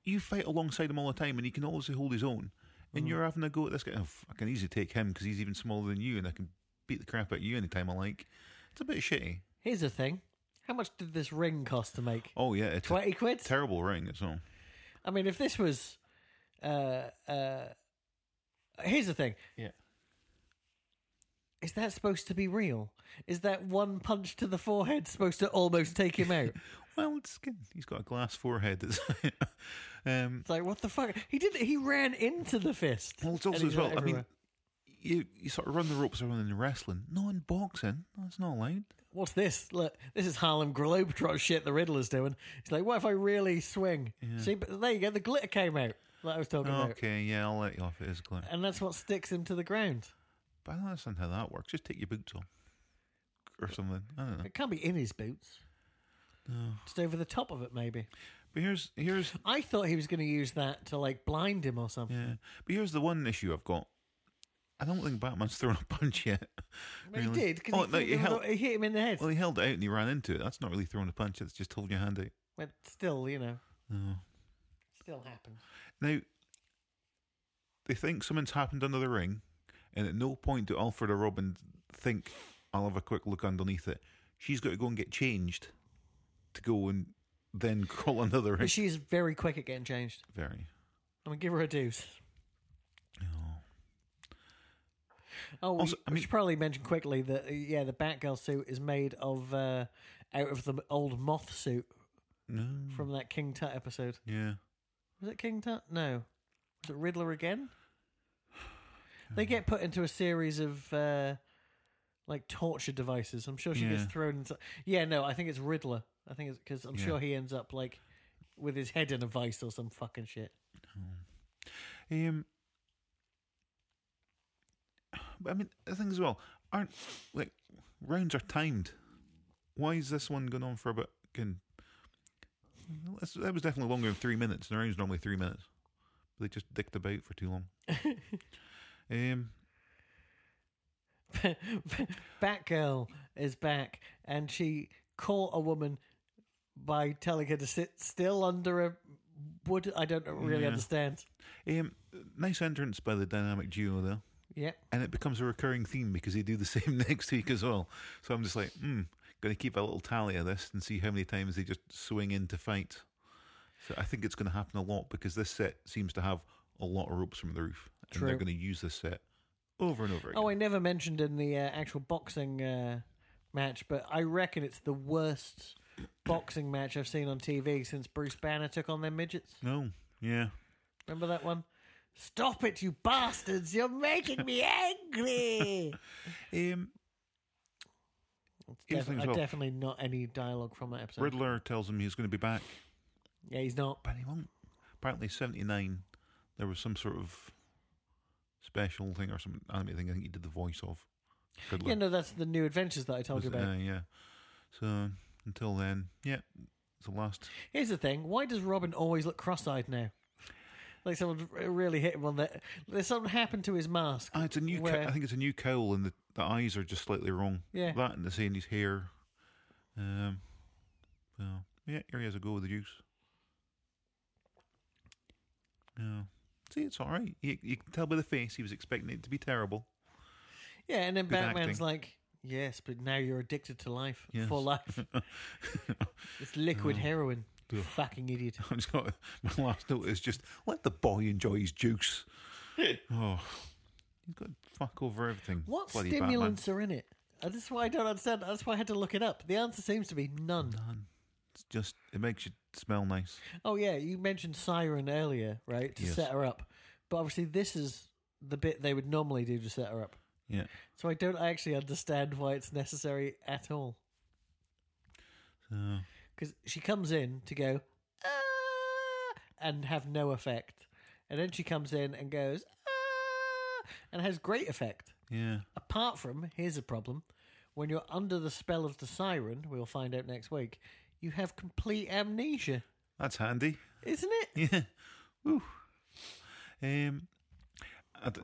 S3: you fight alongside him all the time, and he can always hold his own, and you're having a go at this guy. Oh, f- I can easily take him because he's even smaller than you, and I can beat the crap out of you anytime I like. It's a bit shitty.
S1: Here's the thing: how much did this ring cost to make?
S3: Oh yeah, it's a
S1: Twenty quid.
S3: terrible ring. It's all.
S1: I mean, if this was, uh, uh, here's the thing:
S3: Yeah.
S1: is that supposed to be real? Is that one punch to the forehead supposed to almost take him out?
S3: Well, it's good. He's got a glass forehead. It's, um,
S1: it's like what the fuck? He did. He ran into the fist.
S3: well, it's
S1: And
S3: also
S1: he's
S3: as well.
S1: out
S3: I mean,
S1: everywhere.
S3: you you sort of run the ropes around in wrestling, not in boxing. That's not allowed.
S1: what's this? Look, this is Harlem Globetrot shit the Riddler's doing. He's like, what if I really swing? See, but there you go. The glitter came out. That I was talking about.
S3: Okay, yeah, I'll let you off. It is clear,
S1: and that's what sticks him to the ground.
S3: but I don't understand how that works. Just take your boots off or something. I don't know.
S1: It can't be in his boots. Just over the top of it, maybe.
S3: But here's here's
S1: I thought he was going to use that to like blind him or something.
S3: yeah. But here's the one issue I've got. I don't think Batman's thrown a punch yet.
S1: But
S3: really.
S1: He did because
S3: Oh,
S1: he,
S3: no,
S1: threw
S3: he
S1: him
S3: held-
S1: the- he hit him in the head.
S3: Well, he held it out and he ran into it. That's not really throwing a punch. It's just holding your hand out.
S1: but still, you know,
S3: No.
S1: still happened.
S3: Now, they think something's happened under the ring, and at no point do Alfred or Robin think I'll have a quick look underneath it. She's got to go and get changed to go and then call another.
S1: But she is very quick at getting changed.
S3: Very.
S1: I'm gonna give her a deuce. Oh, we,
S3: Also, I
S1: we
S3: mean-
S1: should probably mention quickly that uh, yeah, the Batgirl suit is made of uh, out of the old moth suit
S3: No.
S1: from that King Tut episode.
S3: Yeah.
S1: Was it King Tut? No, was it Riddler again? They get put into a series of uh, like torture devices. I'm sure she
S3: Yeah.
S1: gets thrown into. Yeah, no, I think it's Riddler. I think it's because I'm
S3: Yeah.
S1: sure he ends up like with his head in a vice or some fucking shit.
S3: Um, but I mean, the thing as well aren't like rounds are timed. Why is this one going on for about? Can that's- that was definitely longer than three minutes. And the round's normally three minutes, but they just dicked about for too long. um,
S1: Batgirl is back, and she caught a woman by telling her to sit still under a wood. I don't really
S3: Yeah.
S1: understand.
S3: um, nice entrance by the dynamic duo though,
S1: Yep.
S3: and it becomes a recurring theme because they do the same next week as well. So I'm just like, hmm, going to keep a little tally of this and see how many times they just swing into fights. So I think it's going to happen a lot because this set seems to have a lot of ropes from the roof, and they're
S1: True.
S3: going to use this set over and over again.
S1: Oh, I never mentioned in the uh, actual boxing uh, match, but I reckon it's the worst boxing match I've seen on TV since Bruce Banner took on them midgets.
S3: no, yeah,
S1: Remember that one? Stop it, you bastards! You're making me angry.
S3: um,
S1: It's
S3: Here's the
S1: defi-
S3: thing as well.
S1: Definitely not any dialogue from that episode.
S3: Riddler tells him he's going to be back,
S1: Yeah, he's not.
S3: but he won't. Apparently, seventy nine, there was some sort of special thing or some anime thing. I think he did the voice of. Riddler.
S1: Yeah, no, that's the new adventures that I told
S3: Was
S1: you
S3: it?
S1: about.
S3: Uh, yeah. So until then, yeah, it's the last.
S1: Here's the thing: why does Robin always look cross-eyed now? Like someone r- really hit him on that. There's something happened to his mask.
S3: Ah, it's a new.
S1: where-
S3: Cow- I think it's a new cowl, and the, the eyes are just slightly wrong.
S1: Yeah.
S3: That and the same his hair. Um. So yeah, here he has a go with the juice. No. See, it's all right. You, you can tell by the face he was expecting it to be terrible.
S1: yeah, and then
S3: good
S1: Batman's
S3: acting.
S1: like, "Yes, but now you're addicted to life
S3: Yes. Mm.
S1: for life. It's liquid heroin. You fucking idiot."
S3: I've just got my last note is just let the boy enjoy his juice. oh, he's got to fuck over everything.
S1: What
S3: Bloody Batman.
S1: stimulants are in it? Uh, That's why I don't understand. That's why I had to look it up. The answer seems to be none.
S3: It's just it makes you smell nice.
S1: Oh yeah, you mentioned Siren earlier, right? To
S3: Yes.
S1: set her up, but obviously this is the bit they would normally do to set her up.
S3: Yeah.
S1: So I don't actually understand why it's necessary at all.
S3: So
S1: Because she comes in to go, ah, and have no effect. And then she comes in and goes, ah, and has great effect.
S3: yeah.
S1: Apart from, here's a problem when you're under the spell of the siren, we'll find out next week, you have complete amnesia,
S3: That's handy.
S1: isn't it?
S3: Yeah. Woo. Um, I d-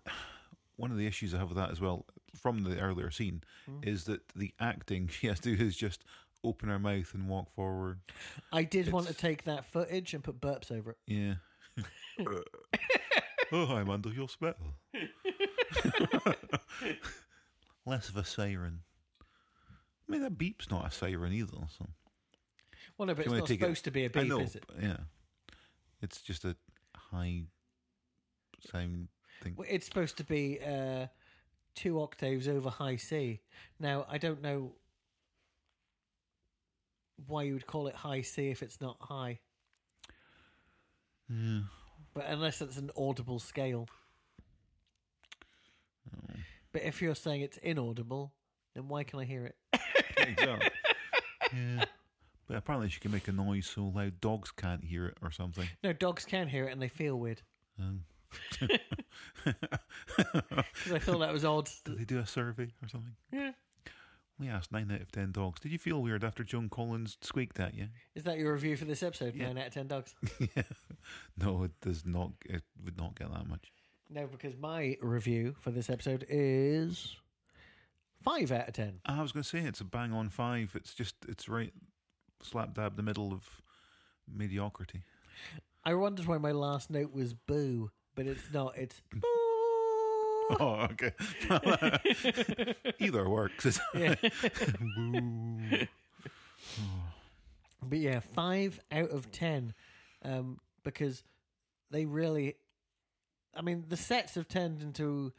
S3: one of the issues I have with that as well from the earlier scene is that the acting she has to do is just open her mouth and walk forward.
S1: I did want to take that footage and put burps over it.
S3: Yeah. oh, I'm under your spell. Less of a siren. I mean, that beep's not a siren either. So.
S1: Well, no, but
S3: Do you
S1: it's not
S3: wanna take it-
S1: supposed to be a beep,
S3: I know,
S1: is it?
S3: but Yeah, it's just a high sound thing.
S1: Well, It's supposed to be uh, two octaves over high C. Now, I don't know why you would call it high C if it's not high. But unless it's an audible scale. But if you're saying it's inaudible, then why can I hear it?
S3: Exactly. yeah, but apparently she can make a noise so loud dogs can't hear it or something.
S1: No, dogs can hear it and they feel weird.
S3: Um,
S1: 'Cause I thought that was odd.
S3: did they do a survey or something?
S1: Yeah.
S3: We asked nine out of ten dogs. Did you feel weird after Joan Collins squeaked at you?
S1: Is that your review for this episode?
S3: Yeah.
S1: Nine out of ten dogs.
S3: No, it does not. It would not get that much.
S1: No, because my review for this episode is five out of ten.
S3: Ah, I was going to say it's a bang on five. It's just it's right slap dab the middle of mediocrity.
S1: I wondered why my last note was boo, but it's not. It's boo.
S3: Oh, okay. Either works. It's-
S1: Yeah.
S3: Boo.
S1: But yeah, five out of ten, um, because they really, I mean, the sets have turned into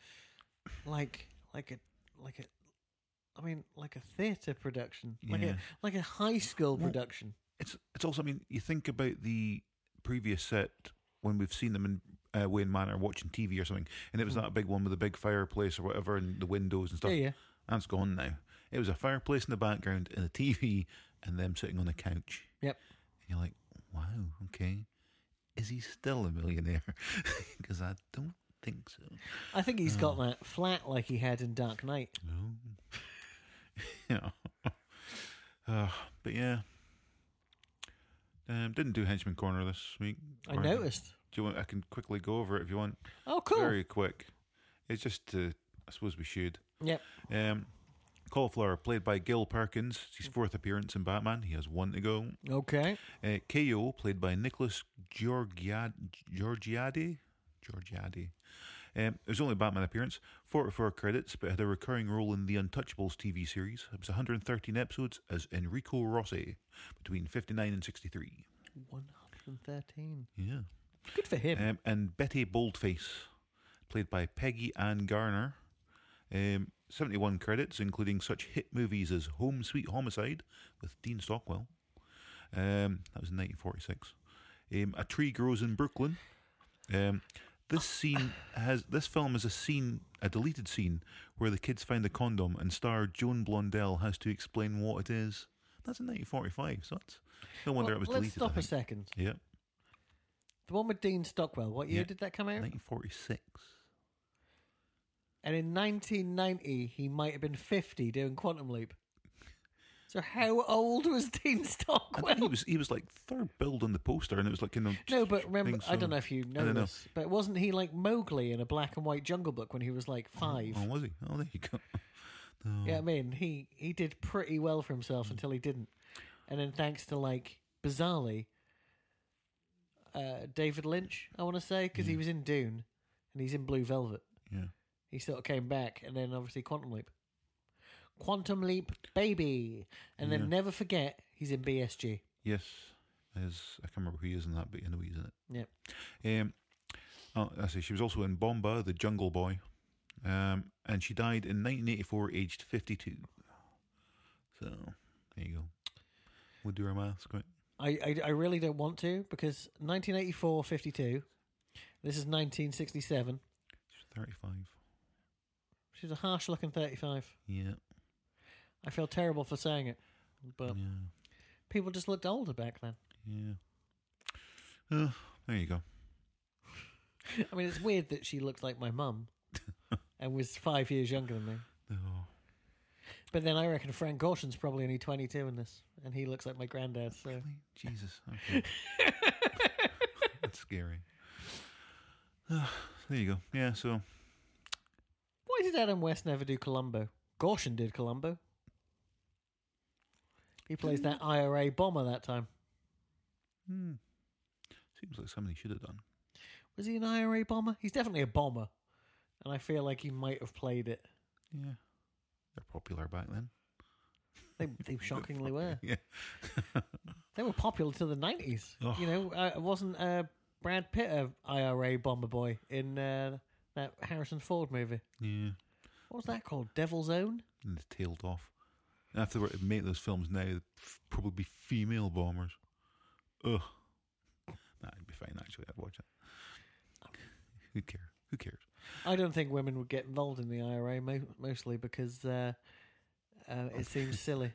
S1: like like a like a, I mean, like a theatre production, like a
S3: Yeah.
S1: like a high school production.
S3: It's it's also. I mean, you think about the previous set when we've seen them in uh, Wayne Manor watching TV or something, and it was that big one with the big fireplace or whatever, and the windows and stuff.
S1: Mm. Yeah, yeah.
S3: That's gone now. It was a fireplace in the background and a TV, and them sitting on a couch.
S1: Yep.
S3: And you're like, wow, okay. Is he still a millionaire? Because I don't think so.
S1: I think he's got
S3: Mm.
S1: that flat like he had in Dark Knight.
S3: No. yeah. Uh, but yeah. Um, didn't do Henchman Corner this week.
S1: I
S3: or-
S1: noticed.
S3: Do you want? I can quickly go over it if you want.
S1: Oh, cool.
S3: Very quick. It's just, uh, I suppose we should.
S1: Yep.
S3: Um, Cauliflower, played by Gil Perkins. It's
S1: Mm.
S3: his fourth appearance in Batman. He has one to go.
S1: Okay.
S3: Uh, KO, played by Nicholas Georgia- Georgiadi. Georgiadi. Um, it was only a Batman appearance, 44 credits, but had a recurring role in the Untouchables TV series. It was 113 episodes as Enrico Rossi between 59 and 63.
S1: One hundred and thirteen.
S3: Yeah.
S1: Good for him.
S3: Um, and Betty Boldface, played by Peggy Ann Garner. Um, 71 credits, including such hit movies as Home Sweet Homicide with Dean Stockwell. Um, that was in 1946. Um, a Tree Grows in Brooklyn. Um, this scene has this film is a scene, a deleted scene where the kids find a condom and star Joan Blondell has to explain what it is. That's in 1945, so that's no wonder
S1: Well,
S3: it was
S1: let's
S3: deleted. I
S1: stop a
S3: think.
S1: second.
S3: Yeah,
S1: The one with Dean Stockwell. What year
S3: Yeah.
S1: did that come out?
S3: 1946.
S1: And in 1990, he might have been 50 doing Quantum Leap. So how old was Dean
S3: I think he
S1: Stockwell?
S3: was he was like third build on the poster, and it was like in the
S1: No, but remember,
S3: thing,
S1: I
S3: so-
S1: don't know if you
S3: I
S1: know
S3: don't know.
S1: this, but wasn't he like Mowgli in a black and white Jungle Book when he was like five?
S3: Oh, was he? Oh, there you go. No.
S1: Yeah, I mean, he he did pretty well for
S3: Mm.
S1: himself until he didn't, and then thanks to like bizarrely, uh, David Lynch, I want to say, because
S3: Mm.
S1: he was in Dune, and he's in Blue Velvet.
S3: yeah.
S1: He sort of came back, and then obviously Quantum Leap. Quantum Leap, baby. And then
S3: Yeah.
S1: never forget, he's in BSG.
S3: Yes, is I can't remember who he is in that, but you know he's in
S1: Yep.
S3: it. Um, oh, I see. She was also in Bomba, the Jungle Boy, um, and she died in 1984, aged 52. So there you go. We'll do our maths quick.
S1: I, I, I really don't want to because 1984 52, this is 1967.
S3: She's 35.
S1: She's a harsh looking 35.
S3: Yeah.
S1: I feel terrible for saying it, but
S3: Yeah.
S1: people just looked older back then.
S3: Yeah. Uh, there you go.
S1: I mean, it's weird that she looked like my mum and was five years younger than me.
S3: Oh.
S1: But then I reckon Frank Gorshin's probably only 22 in this, and he looks like my granddad, so.
S3: Really? Jesus. Okay. That's scary. there you go. Yeah, so
S1: Why did Adam West never do Columbo? Gorshin did Columbo. He plays that IRA bomber that time.
S3: hmm, seems like somebody should have done.
S1: Was he an IRA bomber? He's definitely a bomber. And I feel like he might have played it.
S3: Yeah. They're popular back then.
S1: They, they shockingly were.
S3: Yeah.
S1: They were popular till the 90s.
S3: Oh.
S1: You know, uh, wasn't uh, Brad Pitt a IRA bomber boy in uh, that Harrison Ford movie?
S3: Yeah.
S1: What was that called? Devil's Own?
S3: And they tailed off. And if they were to make those films now, they'd f- probably be female bombers. Ugh. That'd be fine actually, I'd watch it. Who care? Who cares?
S1: I don't think women would get involved in the IRA mo- mostly because uh, uh, it seems silly.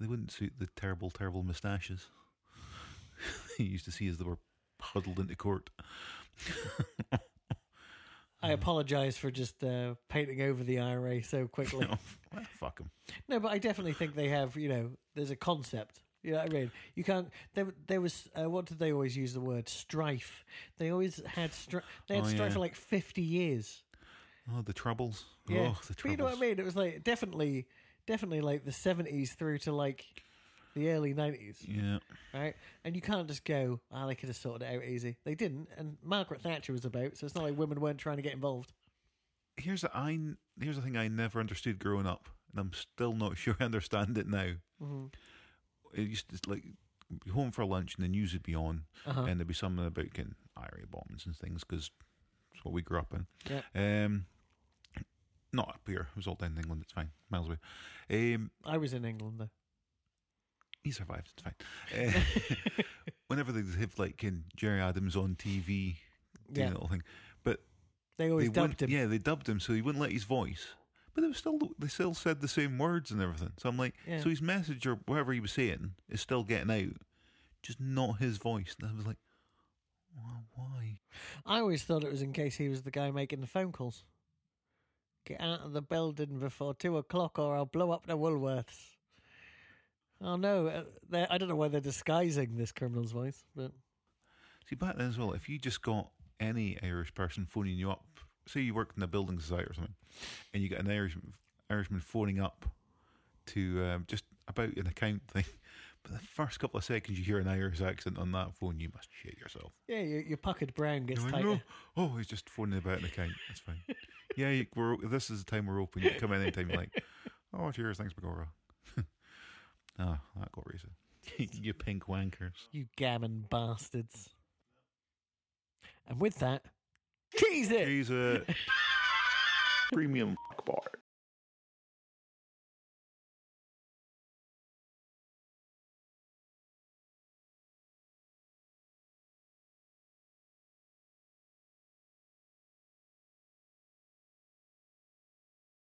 S3: They wouldn't suit the terrible, terrible moustaches you used to see as they were huddled into court.
S1: I apologize for just uh, painting over the IRA so quickly.
S3: Oh, well, fuck them.
S1: No, but I definitely think they have. You know, there's a concept. You know what I mean? You can't. There, there was. Uh, what did they always use the word strife? They always had strife. They had
S3: Oh,
S1: strife
S3: yeah.
S1: for like fifty years.
S3: Oh, the troubles.
S1: Yeah,
S3: Oh, the troubles.
S1: but you know what I mean? It was like definitely, definitely like the seventies through to like the early nineties,
S3: Yeah.
S1: right? And you can't just go, "Ah, they could have sorted it out easy." They didn't, and Margaret Thatcher was about, so it's not like women weren't trying to get involved.
S3: here's a, I n- here's the thing I never understood growing up, and I'm still not sure I understand it now.
S1: Mm-hmm.
S3: It used to like be home for lunch, and the news would be on,
S1: Uh-huh.
S3: and there'd be something about getting IRA bombs and things because it's what we grew up in.
S1: Yep.
S3: Um, not up here. It was all down in England. It's fine, miles away. Um,
S1: I was in England though.
S3: he survived. It's fine. Uh, whenever they have like in Jerry Adams on TV, doing
S1: Yeah.
S3: that little thing, but
S1: They always
S3: they
S1: dubbed
S3: wouldn't-
S1: him.
S3: Yeah, they dubbed him so he wouldn't let his voice. But they were still they still said the same words and everything. So I'm like,
S1: Yeah.
S3: so his message or whatever he was saying is still getting out, just not his voice. And I was like, why? why?
S1: I always thought it was in case he was the guy making the phone calls. Get out of the building before two o'clock, or I'll blow up the Woolworths. Oh no! uh, they're- I don't know why they're disguising this criminal's voice, but
S3: See, back then as well, if you just got any Irish person phoning you up, say you worked in a building society or something, and you got an Irish Irishman phoning up to um, just about an account thing, but the first couple of seconds you hear an Irish accent on that phone, you must shit yourself.
S1: yeah, your, your puckered brown gets
S3: You're like,
S1: tighter.
S3: "No." Oh, he's just phoning about an account. That's fine. yeah, you, we're, this is the time we're open. You can come in anytime you like. Oh, cheers. Thanks, Bagora. Ah, that got racist. you pink wankers.
S1: You gammon bastards! And with that, cheese it.
S3: He's a premium fuck bar.